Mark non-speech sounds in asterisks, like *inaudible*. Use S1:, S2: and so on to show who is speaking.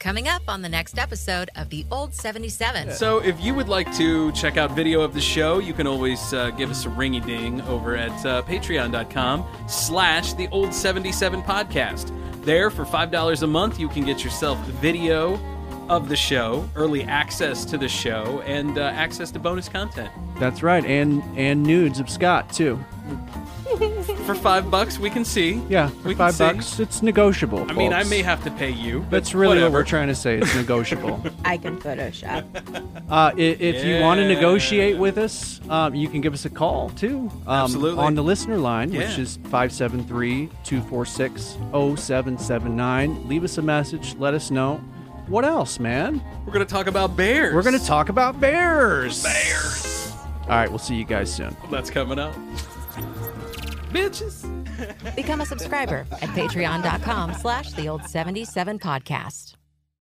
S1: Coming up on the next episode of The Old 77.
S2: So, if you would like to check out video of the show, you can always uh, give us a ringy ding over at uh, patreon.com slash the old 77 podcast. There, for $5 a month, you can get yourself video of the show, early access to the show, and uh, access to bonus content.
S3: That's right, and and nudes of Scott too.
S2: For five bucks, we can see.
S3: Yeah, for
S2: we
S3: five
S2: can see.
S3: bucks, it's negotiable.
S2: I mean, I
S3: folks.
S2: may have to pay you. But
S3: That's really what
S2: whatever.
S3: we're trying to say.
S2: *laughs*
S3: It's negotiable.
S4: I can Photoshop.
S3: Uh, i- if you want to
S2: Yeah.
S3: negotiate with us, um, you can give us a call too. Um,
S2: Absolutely.
S3: On the listener line,
S2: Yeah.
S3: which is 573 246 0779. Leave us a message. Let us know. What else, man?
S2: We're going to talk about bears.
S3: We're going to talk about bears. Bears. All right, we'll see you guys soon.
S2: That's coming up. Bitches.
S1: Become a subscriber at patreon.com slash the old 77 podcast.